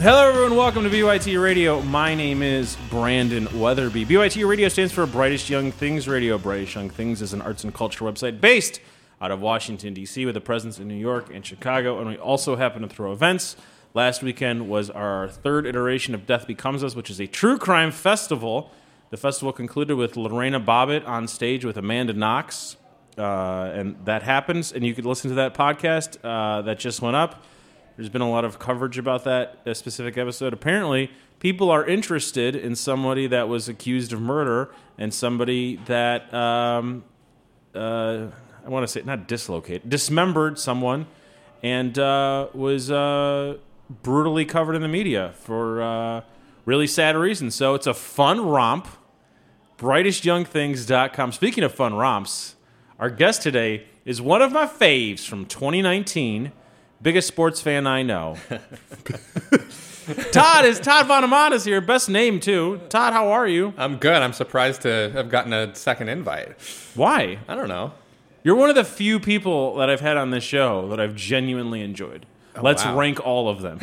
Hello, everyone. Welcome to BYT Radio. My name is Brandon Weatherby. BYT Radio stands for Brightest Young Things Radio. Brightest Young Things is an arts and culture website based out of Washington, D.C., with a presence in New York and Chicago. And we also happen to throw events. Last weekend was our third iteration of Death Becomes Us, which is a true crime festival. The festival concluded with Lorena Bobbitt on stage with Amanda Knox. Uh, and that happens. And you could listen to that podcast uh, that just went up. There's been a lot of coverage about that uh, specific episode. Apparently, people are interested in somebody that was accused of murder and somebody that um, uh, I want to say not dislocated, dismembered someone, and uh, was uh, brutally covered in the media for uh, really sad reasons. So it's a fun romp. BrightestYoungThings.com. Speaking of fun romps, our guest today is one of my faves from 2019. Biggest sports fan I know. Todd is Todd Von Amon is here. Best name too. Todd, how are you? I'm good. I'm surprised to have gotten a second invite. Why? I don't know. You're one of the few people that I've had on this show that I've genuinely enjoyed. Let's Oh, wow. rank all of them.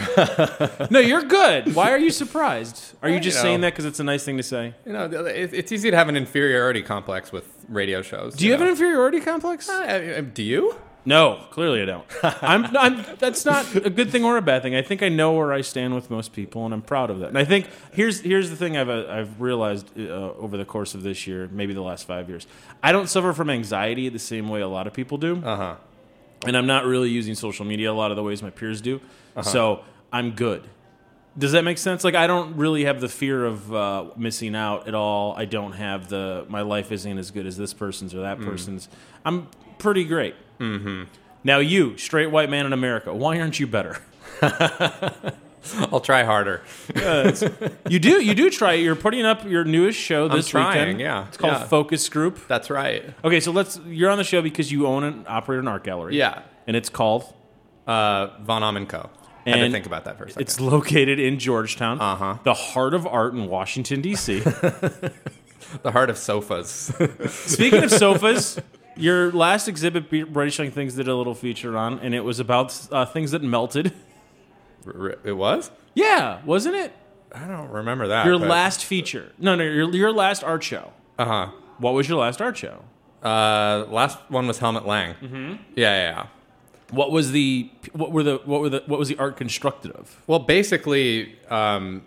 no, you're good. Why are you surprised? Are you Well, just you know. saying that because it's a nice thing to say? You know, it, it's easy to have an inferiority complex with radio shows. Do you have an know. inferiority complex? Uh, uh, do you? No, clearly I don't. I'm, I'm, that's not a good thing or a bad thing. I think I know where I stand with most people, and I'm proud of that. And I think here's here's the thing I've uh, I've realized uh, over the course of this year, maybe the last five years, I don't suffer from anxiety the same way a lot of people do. Uh huh. and I'm not really using social media a lot of the ways my peers do. So I'm good. Does that make sense? Like I don't really have the fear of uh, missing out at all. I don't have the my life isn't as good as this person's or that person's. I'm pretty great. Mm-hmm. Now you, straight white man in America, why aren't you better? I'll try harder. You do you do try. it. You're putting up your newest show this trying, weekend. yeah, it's called yeah. Focus Group. That's right. Okay, so let's. You're on the show because you own and operate an art gallery. Yeah. and it's called Uh, Von Amen Co. Had to And think about that for a second. It's located in Georgetown, Uh-huh. the heart of art in Washington, D.C. the heart of sofas. Speaking of sofas, your last exhibit, Be- British Young Things, did a little feature on, and it was about uh, things that melted. R- r- it was? Yeah, wasn't it? I don't remember that. Your but- last feature. No, no, your, your last art show. Uh-huh. What was your last art show? Uh Last one was Helmet Lang. Mm-hmm. Yeah, yeah, yeah. What was the what were the what were the what was the art constructed of? Well, basically, um,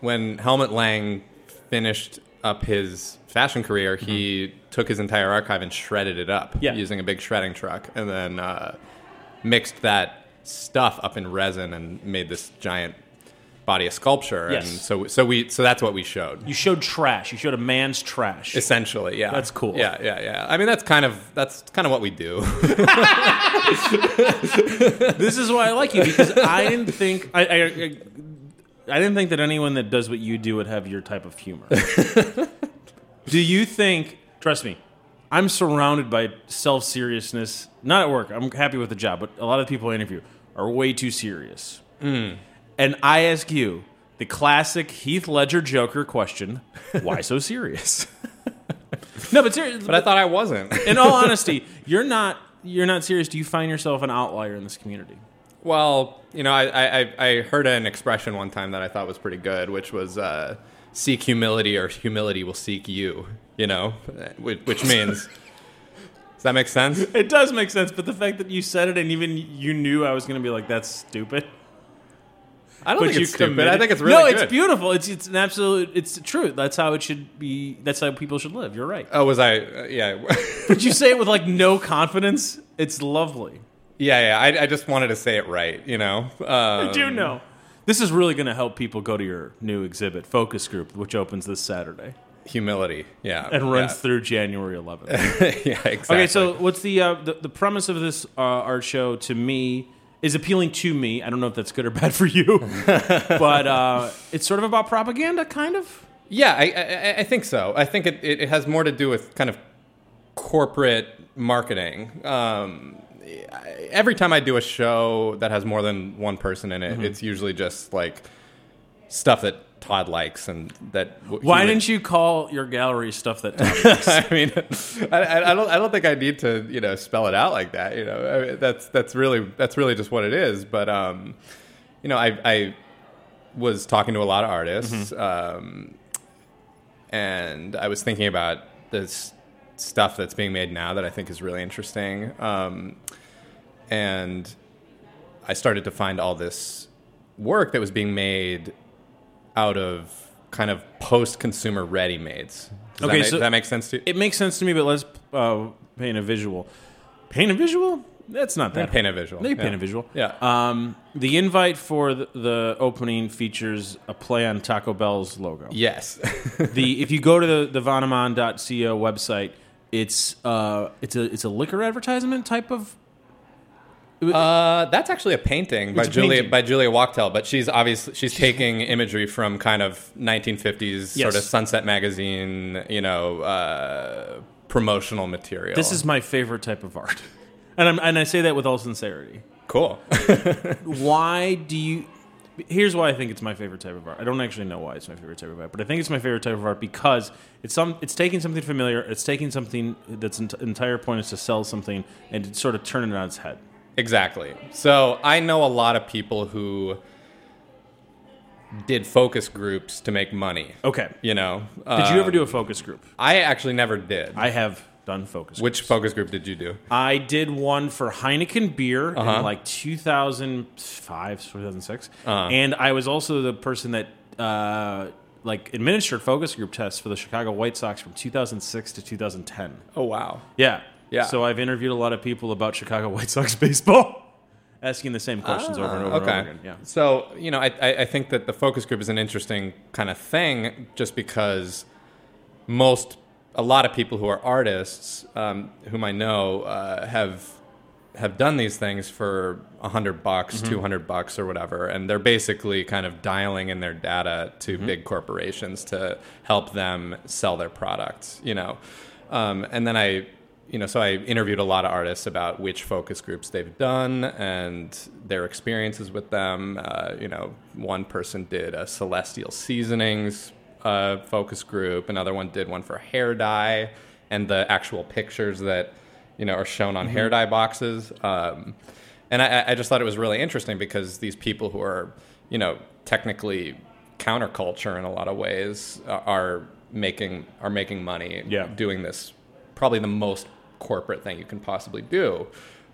when Helmut Lang finished up his fashion career, he took his entire archive and shredded it up Mm-hmm. Yeah. using a big shredding truck, and then uh, mixed that stuff up in resin and made this giant body of sculpture. Yes. And so, so we, so that's what we showed. You showed trash. You showed a man's trash. Essentially, yeah. That's cool. Yeah, yeah, yeah. I mean, that's kind of that's kind of what we do. this is why I like you because I didn't think I, I, I, I didn't think that anyone that does what you do would have your type of humor. do you think? Trust me, I'm surrounded by self seriousness. Not at work. I'm happy with the job, but a lot of people I interview are way too serious. Hmm. And I ask you the classic Heath Ledger Joker question: Why so serious? no, but seriously, but I thought I wasn't. in all honesty, you're not. You're not serious. Do you find yourself an outlier in this community? Well, you know, I- I, I, I heard an expression one time that I thought was pretty good, which was uh, "seek humility, or humility will seek you." You know, which, which means does that make sense? It does make sense, but the fact that you said it and even you knew I was going to be like, "That's stupid." I don't But think you it's stupid. committed- I think it's really no. It's good. beautiful. It's it's an absolute. It's the truth. That's how it should be. That's how people should live. You're right. Oh, was I? Uh, yeah, But you say it with like no confidence. It's lovely. yeah, yeah. I, I just wanted to say it right. You know, um, I do know. This is really going to help people go to your new exhibit, Focus Group, which opens this Saturday humility. Yeah, and runs yeah. through January 11th. yeah, exactly. Okay, so what's the, uh, the the premise of this uh, art show to me is appealing to me. I don't know if that's good or bad for you, but uh, it's sort of about propaganda, kind of. Yeah, I, I, I think so. I think it, it, it has more to do with kind of corporate marketing. Um, I- every time I do a show that has more than one person in it, it's usually just like stuff that Todd likes and that. Why didn't you call your gallery stuff that? I mean, I, I, I don't. I don't think I need to, you know, spell it out like that. You know, I mean, that's that's really that's really just what it is. But um, you know, I I was talking to a lot of artists, Mm-hmm. um, and I was thinking about this stuff that's being made now that I think is really interesting. Um, and I started to find all this work that was being made out of kind of post-consumer ready-mades. Does Okay, that make, so- does that make sense to you? it makes sense to me, but let's uh, paint a visual. Paint a visual? That's not that. They paint a visual, They yeah. paint a visual. Yeah. Um, the invite for the, the opening features a play on Taco Bell's logo. Yes. the if you go to the the vanaman.co website, it's uh it's a it's a liquor advertisement type of uh, that's actually a painting by It's a Julia painting. by Julia Wachtel, but she's obviously she's taking imagery from kind of 1950s sort of Yes. Sunset magazine, you know, uh, promotional material. This is my favorite type of art. And I'm and I say that with all sincerity. cool. Why do you Here's why I think it's my favorite type of art. I don't actually know why it's my favorite type of art, but I think it's my favorite type of art because it's some it's taking something familiar, it's taking something that's ent- entire point is to sell something and to sort of turn it on its head. Exactly. So I know a lot of people who did focus groups to make money. Okay. You know, Um, Did you ever do a focus group? I actually never did. I have done focus groups. Which focus group did you do? I did one for Heineken beer Uh-huh. in like 2005, 2006, Uh-huh. and I was also the person that uh, like administered focus group tests for the Chicago White Sox from 2006 to 2010. Oh wow. Yeah, Yeah. So I've interviewed a lot of people about Chicago White Sox baseball, asking the same questions over and over Ah, okay. and over again. Yeah. So you know, I, I I think that the focus group is an interesting kind of thing, just because most a lot of people who are artists, um, whom I know, uh, have have done these things for a hundred bucks, hundred bucks, or whatever, and they're basically kind of dialing in their data to big corporations to help them sell their products. You know, um, and then I. You know, so I interviewed a lot of artists about which focus groups they've done and their experiences with them. Uh, you know, one person did a celestial seasonings uh, focus group. Another one did one for hair dye and the actual pictures that you know are shown on hair dye boxes. Um, and I, I just thought it was really interesting because these people who are you know technically counterculture in a lot of ways uh, are making are making money Yeah. doing this probably the most corporate thing you can possibly do.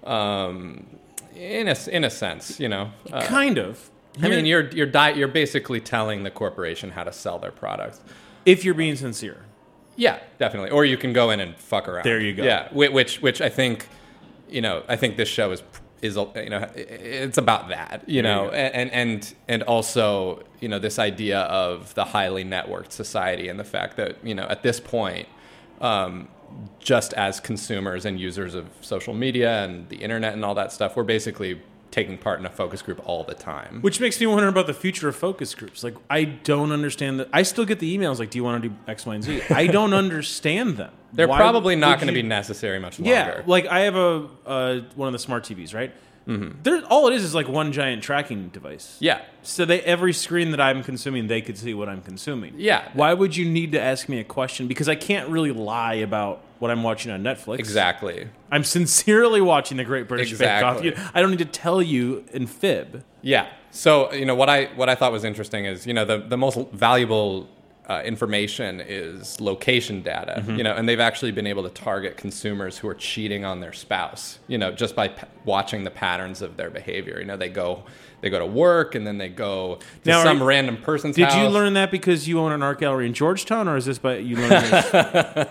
Um, in a, s- in a sense, you know, Uh, kind of. I mean, you're you're di- you're basically telling the corporation how to sell their product. if you're being sincere, Yeah, definitely. Or you can go in and fuck around. There you go. Yeah, whi- which which I think, you know, I think this show is is you know i- it's about that you know you go. and and and also you know this idea of the highly networked society and the fact that you know at this point um, just as consumers and users of social media and the internet and all that stuff we're basically taking part in a focus group all the time Which makes me wonder about the future of focus groups. Like, I don't understand that. I still get the emails like, "Do you want to do X, Y, and Z?" I don't understand them. they're Why probably would not going to you- be necessary much longer Yeah, like I have a uh, one of the smart TVs, right? Mm-hmm. There, all it is is like one giant tracking device. yeah So they every screen that I'm consuming, they could see what I'm consuming. Yeah. Why would you need to ask me a question? Because I can't really lie about what I'm watching on Netflix. exactly I'm sincerely watching the Great British Exactly. Bake Off. You- I don't need to tell you and fib. Yeah. So you know what I what I thought was interesting is you know the the most valuable uh, information is location data. Mm-hmm. You know, and they've actually been able to target consumers who are cheating on their spouse. You know, just by p- watching the patterns of their behavior. You know, they go they go to work and then they go to Now, are some you- random person's Did house. you learn that because you own an art gallery in Georgetown, or is this by you learned this?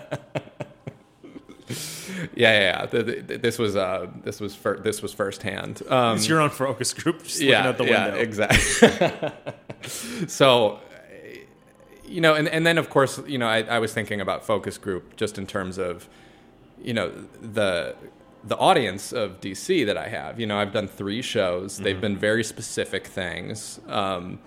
Yeah, yeah. yeah. The, the, this was uh this was fir- this was firsthand. Um, it's your own focus group just looking out the window? exactly. so, you know, and, and then of course, you know, I, I was thinking about focus group just in terms of, you know, the the audience of DC that I have. You know, I've done three shows. Mm-hmm. They've been very specific things. Um,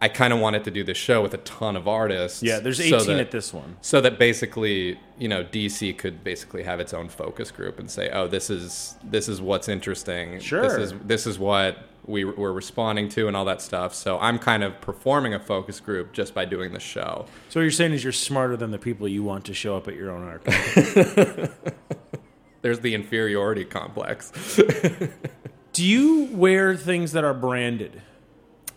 I kind of wanted to do this show with a ton of artists. Yeah, there's so 18 that- at this one. so that basically you know dc could basically have its own focus group and say oh this is this is what's interesting this Sure. is this is what we were responding to and all that stuff so i'm kind of performing a focus group just by doing the show So what you're saying is you're smarter than the people you want to show up at your own arc. there's the inferiority complex Do you wear things that are branded?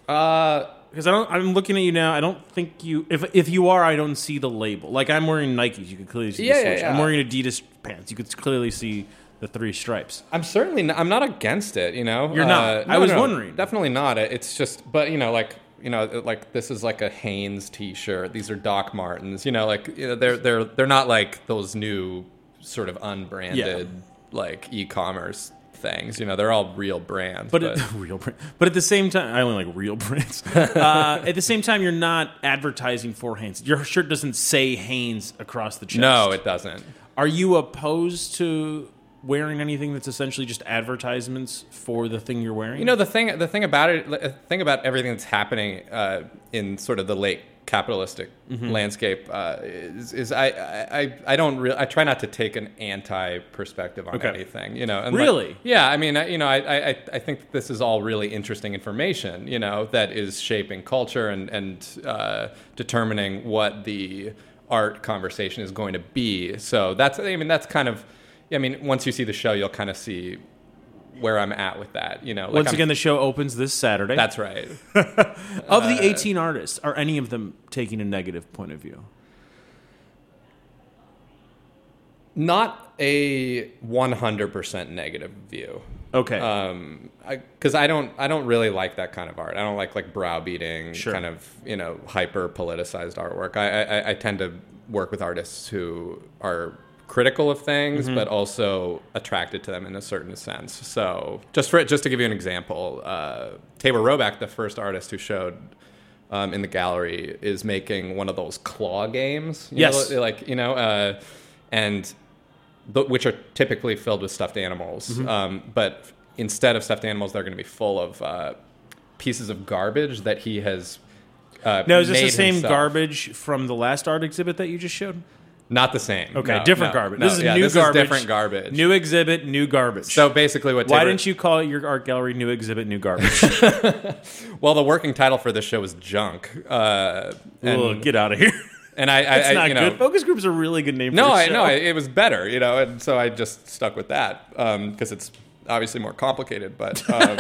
uh Because I don't. I'm looking at you now. I don't think you. If if you are, I don't see the label. Like I'm wearing Nikes. You could clearly see Yeah, the yeah, switch. I'm yeah. wearing Adidas pants. You could clearly see the three stripes. I'm certainly not, I'm not against it, you know. You're not. Uh, I was wondering. Definitely not. It- It's just, but you know, like you know, it- like this is like a Hanes T-shirt. These are Doc Martens. You know, like you know, they're they're they're not like those new sort of unbranded like e-commerce things. You know, they're all real brands. But at, real brand. But at the same time, I only like real brands. uh, at the same time, you're not advertising for Hanes. Your shirt doesn't say Hanes across the chest. no, it doesn't. Are you opposed to wearing anything that's essentially just advertisements for the thing you're wearing? You know, the thing the thing about it, the thing about everything that's happening uh, in sort of the late capitalistic Mm-hmm. landscape uh, is, is I, I I- I don't really I try not to take an anti perspective on Okay. anything. You know, and like- Really? yeah. I mean, I, you know, I, I I- I think that this is all really interesting information. You know, that is shaping culture and and uh, determining what the art conversation is going to be. So that's I mean that's kind of I mean once you see the show you'll kind of see where I'm at with that. You know, like Once I'm- again, the show opens this Saturday. that's uh, right. of the 18 artists, are any of them taking a negative point of view? Not a 100% negative view. Okay. Um, because I, don't, I don't really like that kind of art. I don't like like browbeating Sure. kind of you know hyper politicized artwork. I, I, I tend to work with artists who are critical of things, but also attracted to them in a certain sense. So just for just to give you an example, uh, Tabor Roback, the first artist who showed. Um, in the gallery is making one of those claw games. you Yes. know, like you know, uh, and th- which are typically filled with stuffed animals. Mm-hmm. Um, but instead of stuffed animals, they're going to be full of uh, pieces of garbage that he has. Uh, now, is this the made same himself. garbage from the last art exhibit that you just showed? Not the same. Okay, No, different no, garbage. no, this is yeah, new this garbage. Is different garbage. New exhibit, new garbage. so basically, what? why Tabor- didn't you call it your art gallery new exhibit, new garbage? Well, the working title for this show was junk. Uh, and Ugh, get out of here. and I, I, That's I- not you know, good. Focus group's a really good name. No, for a I show. no, I- it was better, you know, and so I just stuck with that because it's obviously more complicated, but um,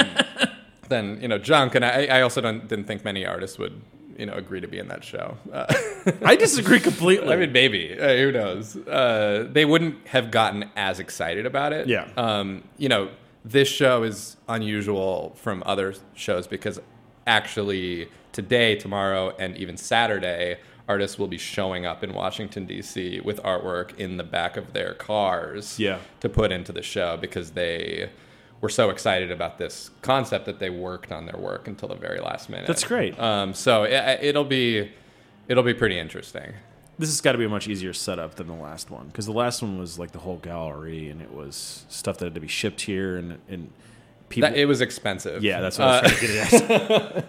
than you know junk. And I, I also don't, didn't think many artists would you know agree to be in that show. Uh, I disagree completely. I mean, maybe uh, who knows? Uh, they wouldn't have gotten as excited about it. Yeah. um, you know, this show is unusual from other shows because actually today, tomorrow, and even Saturday. Artists will be showing up in Washington D.C. with artwork in the back of their cars Yeah. to put into the show because they were so excited about this concept that they worked on their work until the very last minute. That's great. Um, so it, it'll be it'll be pretty interesting. this has got to be a much easier setup than the last one because the last one was like the whole gallery and it was stuff that had to be shipped here and and people. That, it was expensive. yeah, that's what I was trying to get at.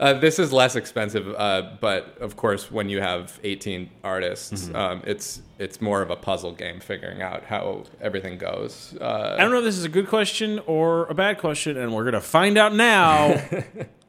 Uh, this is less expensive, uh, but of course, when you have 18 artists, Mm-hmm. um, it's it's more of a puzzle game figuring out how everything goes. Uh, I don't know if this is a good question or a bad question, and we're gonna find out now.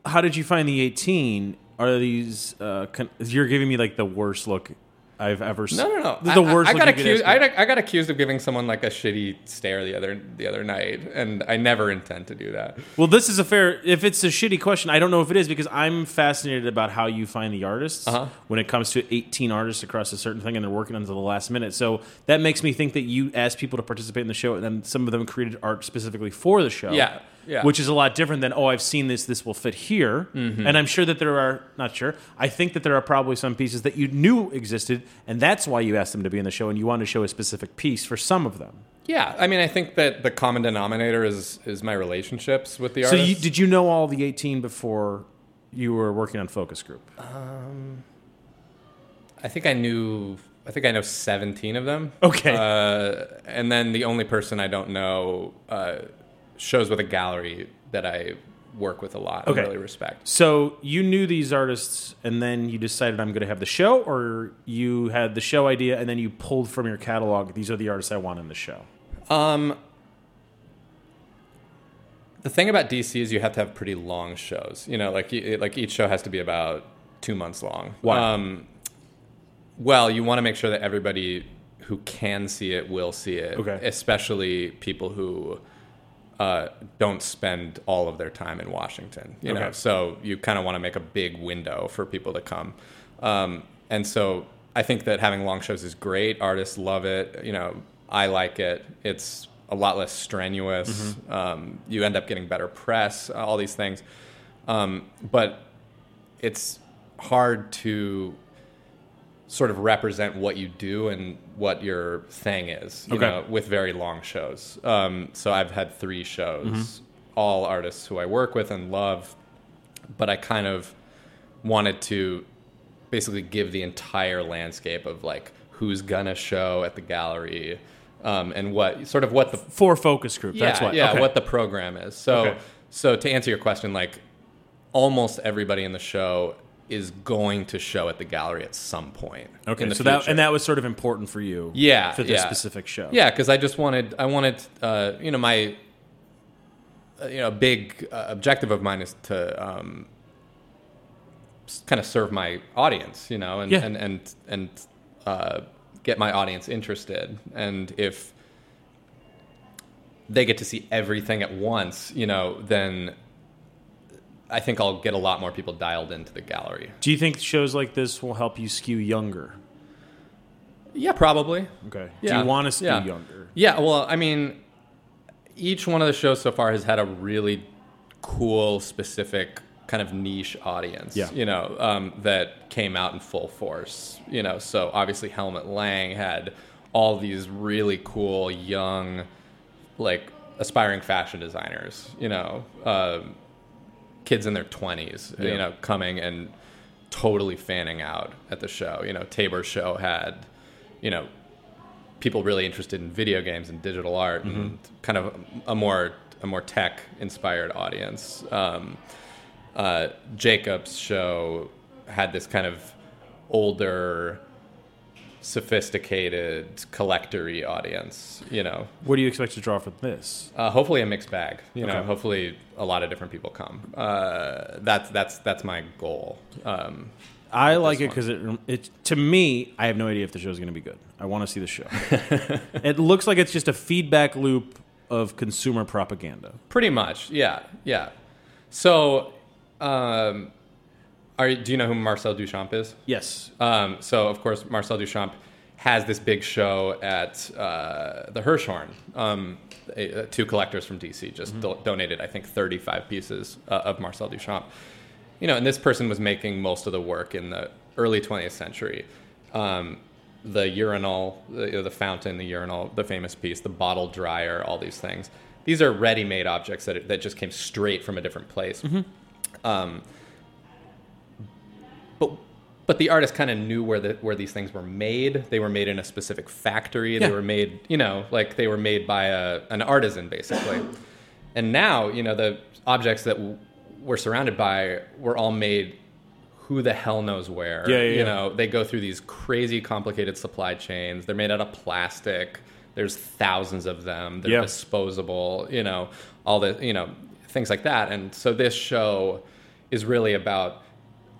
How did you find the eighteen? Are these? Uh, con- you're giving me like the worst look I've ever seen. no, no, no. The I- I- worst. I, look got you could accused. ask me. I, got- I got accused of giving someone like a shitty stare the other the other night, and I never intend to do that. Well, this is a fair. If it's a shitty question, I don't know if it is because I'm fascinated about how you find the artists Uh-huh. when it comes to 18 artists across a certain thing and they're working until the last minute. So that makes me think that you asked people to participate in the show and then some of them created art specifically for the show. Yeah, yeah. Which is a lot different than oh, I've seen this. This will fit here. Mm-hmm. And I'm sure that there are not sure. I think that there are probably some pieces that you knew existed and that's why you asked them to be in the show and you wanted to show a specific piece for some of them. Yeah, I mean, I think that the common denominator is is my relationships with the So artists. you, did you know all the 18 before Uh, you were working on focus group? I think I knew I think I know 17 of them. Okay. Uh, and then the only person I don't know uh, shows with a gallery that I work with a lot Okay. and really respect. So you knew these artists, and then you decided I'm going to have the show, or you had the show idea, and then you pulled from your catalog. These are the artists I want in the show. Um, the thing about DC is you have to have pretty long shows. You know, like e- like each show has to be about two months long. Why? Um, well, you want to make sure that everybody who can see it will see it. Okay. Especially people who uh, don't spend all of their time in Washington. You know, Okay. so you kind of want to make a big window for people to come. Um, and so I think that having long shows is great. Artists love it. You know, I like it. It's a lot less strenuous. Um, you end up getting better press. All these things, um, but it's hard to sort of represent what you do and what your thing is you Okay. know, with very long shows um, so i've had three shows all artists who i work with and love but i kind of wanted to basically give the entire landscape of like who's gonna show at the gallery um, and what sort of what the For focus group. yeah, that's why. yeah Okay. what the program is so Okay. so to answer your question like almost everybody in the show is going to show at the gallery at some point Okay. in the so that future. and that was sort of important for you. Yeah, For this yeah. specific show. yeah because i just wanted i wanted uh, you know my uh, you know a big uh, objective of mine is to um, kind of serve my audience, you know, and Yeah. and and and uh, get my audience interested. And if they get to see everything at once, you know, then I think I'll get a lot more people dialed into the gallery. Do you think shows like this will help you skew younger? Yeah, probably. Okay. Do Yeah. you want to skew Yeah. younger? Yeah, well, I mean, each one of the shows so far has had a really cool, specific kind of niche audience. Yeah. you know, um, that came out in full force. You know, so obviously Helmet Lang had all these really cool young, like aspiring fashion designers. You know, um, kids in their twenties. Yeah. You know, coming and totally fanning out at the show. You know, Tabor's show had, you know, people really interested in video games and digital art and kind of a more a more tech inspired audience. Um, uh, Jacob's show had this kind of older, sophisticated, collectory audience. You know, What do you expect to draw from this? uh, hopefully a mixed bag. You know, Okay. hopefully a lot of different people come. Uh, that's that's that's my goal. Um, I like it because it, it to me, I have no idea if the show's going to be good. I want to see the show. it looks like it's just a feedback loop of consumer propaganda. pretty much, yeah, yeah. So, um, are do you know who Marcel Duchamp is? Yes. Um, so, of course, Marcel Duchamp has this big show at uh, the Hirshhorn. Um, a- uh, two collectors from DC just do- donated, I think, 35 pieces uh, of Marcel Duchamp. You know, and this person was making most of the work in the early 20th century. Um, the urinal, the, you know, the fountain, the urinal, the famous piece, the bottle dryer, all these things. These are ready-made objects that, that just came straight from a different place. Um, but but the artist kind of knew where the where these things were made. They were made in a specific factory. They Yeah. were made, you know, like they were made by a, an artisan basically. and now, you know, the objects that w- we're surrounded by were all made who the hell knows where. Yeah, yeah, you yeah. know, they go through these crazy complicated supply chains. They're made out of plastic. There's thousands of them. They're Yeah. disposable, you know, all the, you know, things like that. And so this show is really about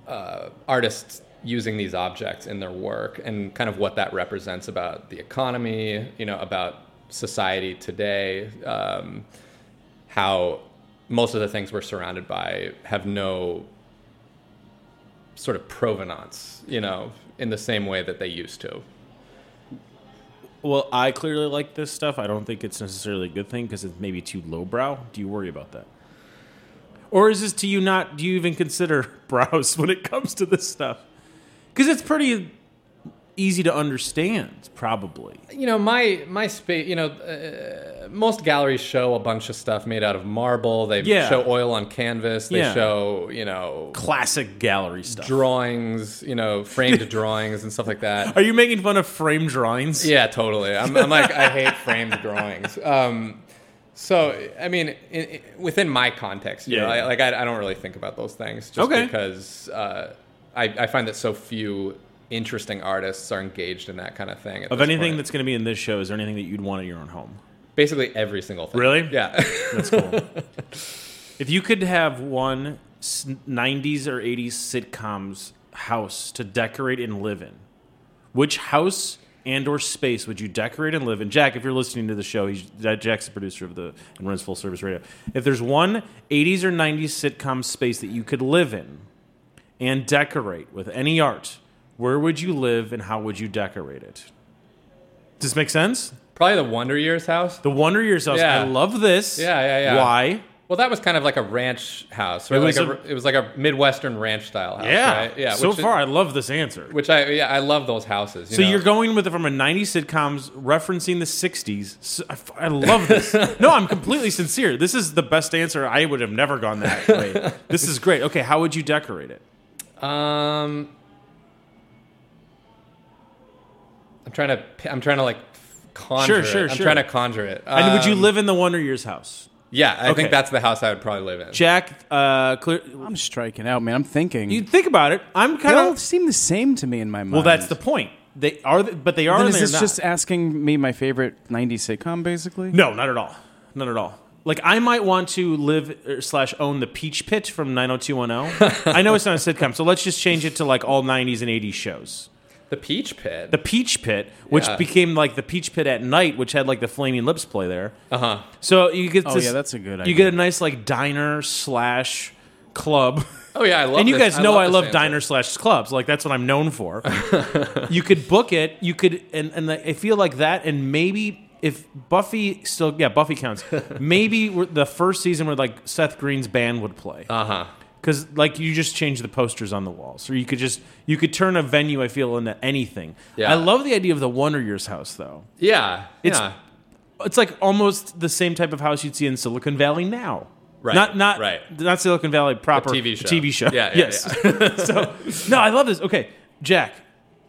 uh, artists using these objects in their work and kind of what that represents about the economy, you know, about society today, um, how most of the things we're surrounded by have no sort of provenance, you know, in the same way that they used to. Well, I clearly like this stuff. I don't think it's necessarily a good thing because it's maybe too lowbrow. Do you worry about that? Or is this to you not? Do you even consider brows when it comes to this stuff? Because it's pretty easy to understand, probably. you know my my space you know uh, most galleries show a bunch of stuff made out of marble they Yeah. show oil on canvas they Yeah. show you know Classic gallery stuff. drawings you know framed drawings and stuff like that Are you making fun of frame drawings? yeah totally i'm, I'm like i hate framed drawings um, so i mean in, in, within my context you Yeah, know, I, yeah. like I, I don't really think about those things just Okay. because uh, I, I find that so few interesting artists are engaged in that kind of thing at Of this anything point. that's going to be in this show, is there anything that you'd want at your own home? basically every single thing Really? yeah That's cool. if you could have one s- 90s or 80s sitcoms house to decorate and live in, which house and or space would you decorate and live in? Jack, if you're listening to the show, he's, that- Jack's the producer of the and runs Full Service Radio. If there's one 80s or 90s sitcom space that you could live in and decorate with any art, where would you live and how would you decorate it? Does this make sense? Probably the Wonder Years house. The Wonder Years house. Yeah. I love this. Yeah, yeah, yeah. Why? Well, that was kind of like a ranch house. Right? It was like a, a- it was like a midwestern ranch style house. Yeah, right? yeah. So which is- far, I love this answer. which I yeah, I love those houses. You so know? you're going with it from a '90s sitcoms referencing the '60s. So I, f- I love this. no, I'm completely sincere. This is the best answer. I would have never gone that way. this is great. Okay, how would you decorate it? Um, I'm trying to pi- I'm trying to like Sure, conjure. sure, it. I'm sure. trying to conjure it. And would you Um, live in the Wonder Years house, Yeah, I Okay. think that's the house I would probably live in. Jack? Uh, clear. I'm striking out, man. I'm thinking. You think about it. I'm they kind all of. seem the same to me in my mind. Well, that's the point. They are, th- but they are. Then is and they're this not. just asking me my favorite '90s sitcom, basically? No, not at all. Not at all. Like I might want to live er, slash own the Peach Pit from 90210. I know it's not a sitcom, so let's just change it to like all 90s and 80s shows. The Peach Pit. The Peach Pit, which Yeah. became like the Peach Pit at night, which had like the Flaming Lips play there. uh huh. So you get Oh, this, yeah, that's a good You idea. get a nice like diner slash club. Oh yeah, I love. and you this- guys know I this love, answer. diner slash clubs. Like that's what I'm known for. you could book it. You could, and and I feel like that, and maybe if Buffy still, yeah, Buffy counts. maybe we're- the first season where like Seth Green's band would play Uh-huh. because like you just change the posters on the walls, or you could just you could turn a venue. I feel into anything. Yeah. I love the idea of the Wonder Years house though. Yeah. It's- yeah. It's like almost the same type of house you'd see in Silicon Valley now. Right, Not not right. not Silicon Valley proper TV show. TV show. Yeah, yeah, yes. so no, I love this. Okay, Jack,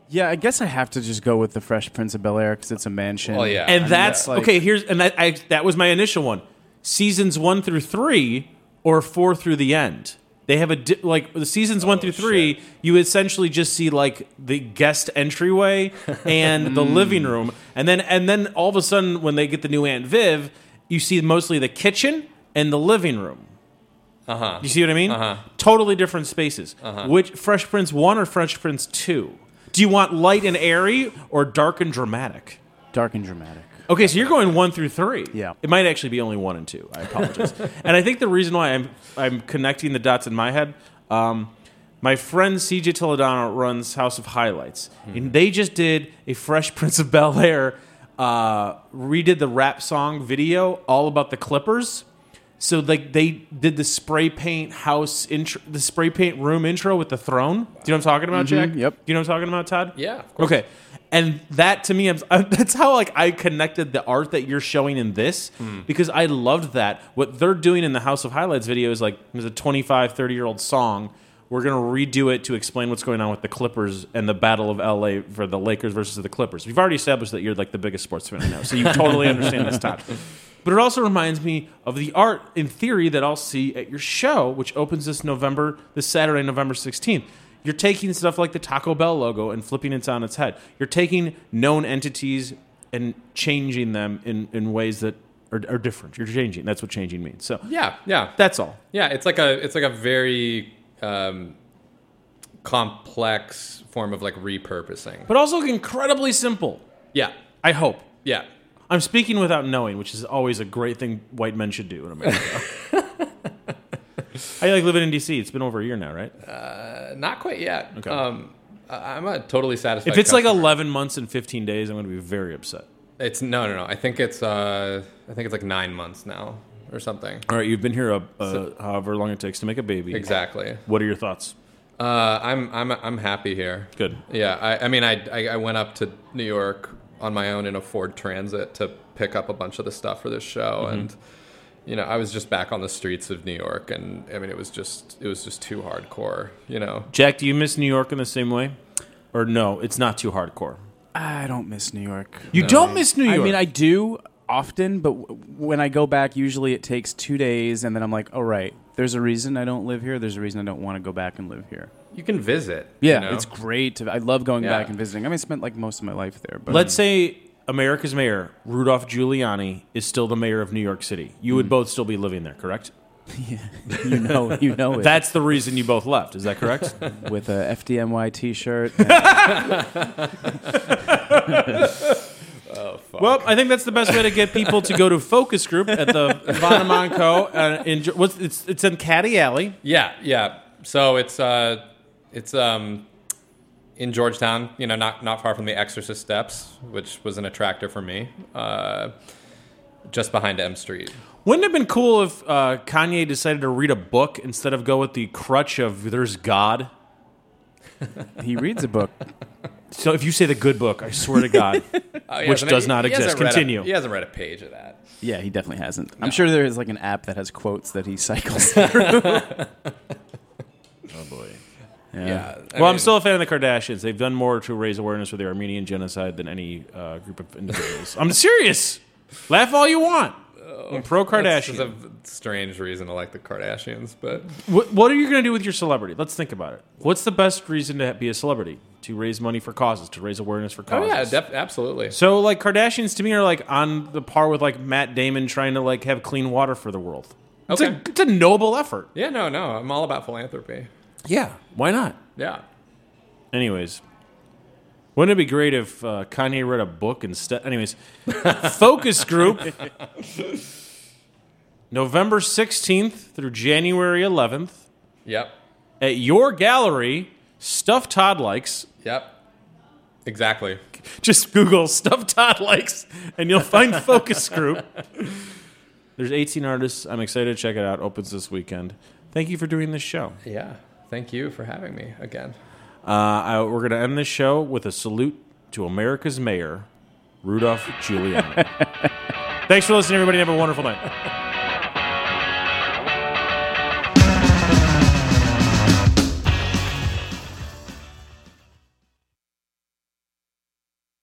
Yeah, I guess I have to just go with the Fresh Prince of Bel Air because it's a mansion. Oh, yeah. and I mean, that's that's like- okay. Here's and that I, that was my initial one. Seasons one through three or four through the end. They have a di- like the seasons Oh, one through three. You essentially just see like the guest entryway and Mm. the living room, and then and then all of a sudden when they get the new Aunt Viv, you see mostly the kitchen and the living room. Uh Uh-huh. huh. You see what I mean? Uh huh. Totally different spaces. Which Fresh Prince one or Fresh Prince two? Do you want light and airy or dark and dramatic? dark and dramatic. Okay, so you're going one through three. Yeah. it might actually be only one and two. I apologize. and I think the reason why I'm I'm connecting the dots in my head, um, my friend CJ Toledano runs House of Highlights, Hmm. and they just did a Fresh Prince of Bel Air, uh, redid the rap song video all about the Clippers. So like they did the spray paint house intro, the spray paint room intro with the throne. Do you know what I'm talking about, Jack? Mm-hmm. yep. Do you know what I'm talking about, Todd? Yeah, of course. Okay. And that to me, I'm, I, that's how like I connected the art that you're showing in this Hmm. because I loved that. What they're doing in the House of Highlights video is like there's a 25, 30 year old song. We're gonna redo it to explain what's going on with the Clippers and the Battle of LA for the Lakers versus the Clippers. We've already established that you're like the biggest sports fan I know, so you totally understand this topic. But it also reminds me of the art in theory that I'll see at your show, which opens this November, this Saturday, November 16th. You're taking stuff like the Taco Bell logo and flipping it on its head. You're taking known entities and changing them in, in ways that are, are different. You're changing. That's what changing means. So Yeah. Yeah. that's all. Yeah, it's like a it's like a very um, complex form of like repurposing. But also incredibly simple, Yeah, I hope. yeah, I'm speaking without knowing, which is always a great thing white men should do in America. How you like living in D.C.? It's been over a year now, right? not quite yet. Okay. Um, I- I'm a totally satisfied. If it's like customer. 11 months and 15 days, I'm going to be very upset. it's no, no, no. I think it's uh, I think it's like nine months now or something. uh, All right, you've been here a, uh, however long it takes to make a baby. Exactly. What are your thoughts? Uh, I'm I'm I'm happy here. Good. Yeah, I, I mean, I, I I went up to New York on my own in a Ford Transit to pick up a bunch of the stuff for this show, and you know, I was just back on the streets of New York, and I mean, it was just it was just too hardcore, you know. Jack, do you miss New York in the same way? Or no, it's not too hardcore. I don't miss New York. You don't miss New York. I mean, I do often, but w- when I go back, usually it takes two days, and then I'm like, all right, there's a reason I don't live here. There's a reason I don't want to go back and live here. You can visit. you Yeah, know? it's great. To, I love going Yeah. back and visiting. I mean, I spent like most of my life there. But Let's say America's mayor, Rudolph Giuliani, is still the mayor of New York City. You would both still be living there, correct? you know, you know it. That's the reason you both left. Is that correct? with a FDMY T-shirt. well, I think that's the best way to get people to go to focus group at the Von Co. Uh, in, what's, it's, it's in Caddy Alley. Yeah, yeah. So it's uh, it's um, in Georgetown. You know, not not far from the Exorcist steps, which was an attractor for me. Uh, just behind M Street. Wouldn't it have been cool if uh, Kanye decided to read a book instead of go with the crutch of there's God? he reads a book. So if you say the good book, I swear to God. Oh, he Which hasn't- does he- not he hasn't exist. read a- Continue. he hasn't read a page of that. Yeah, he definitely hasn't. I'm sure there is like an app that has quotes that he cycles. through. oh, boy. Yeah. I well, I'm mean, still a fan of the Kardashians. They've done more to raise awareness for the Armenian genocide than any uh, group of individuals. I'm serious. Laugh all you want. I'm pro that's- that's Kardashian. a strange reason to like the Kardashians, but What, what are you going to do with your celebrity? Let's think about it. What's the best reason to be a celebrity? To raise money for causes, to raise awareness for oh causes. yeah, def- absolutely. so like Kardashians to me are like on the par with like Matt Damon trying to like have clean water for the world. It's, Okay. a, it's a noble effort. Yeah, no, no. I'm all about philanthropy. Yeah, why not? Yeah. Anyways, wouldn't it be great if uh, Kanye read a book instead? Anyways, focus group, November 16th through January 11th Yep. at your gallery, Stuff Todd Likes. Yep. Exactly. Just Google Stuff Todd Likes and you'll find focus group. There's 18 artists. I'm excited to check it out. Opens this weekend. Thank you for doing this show. Yeah. Thank you for having me again. Uh, I, we're going to end this show with a salute to America's mayor, Rudolph Giuliani. Thanks for listening, everybody. and Have a wonderful night.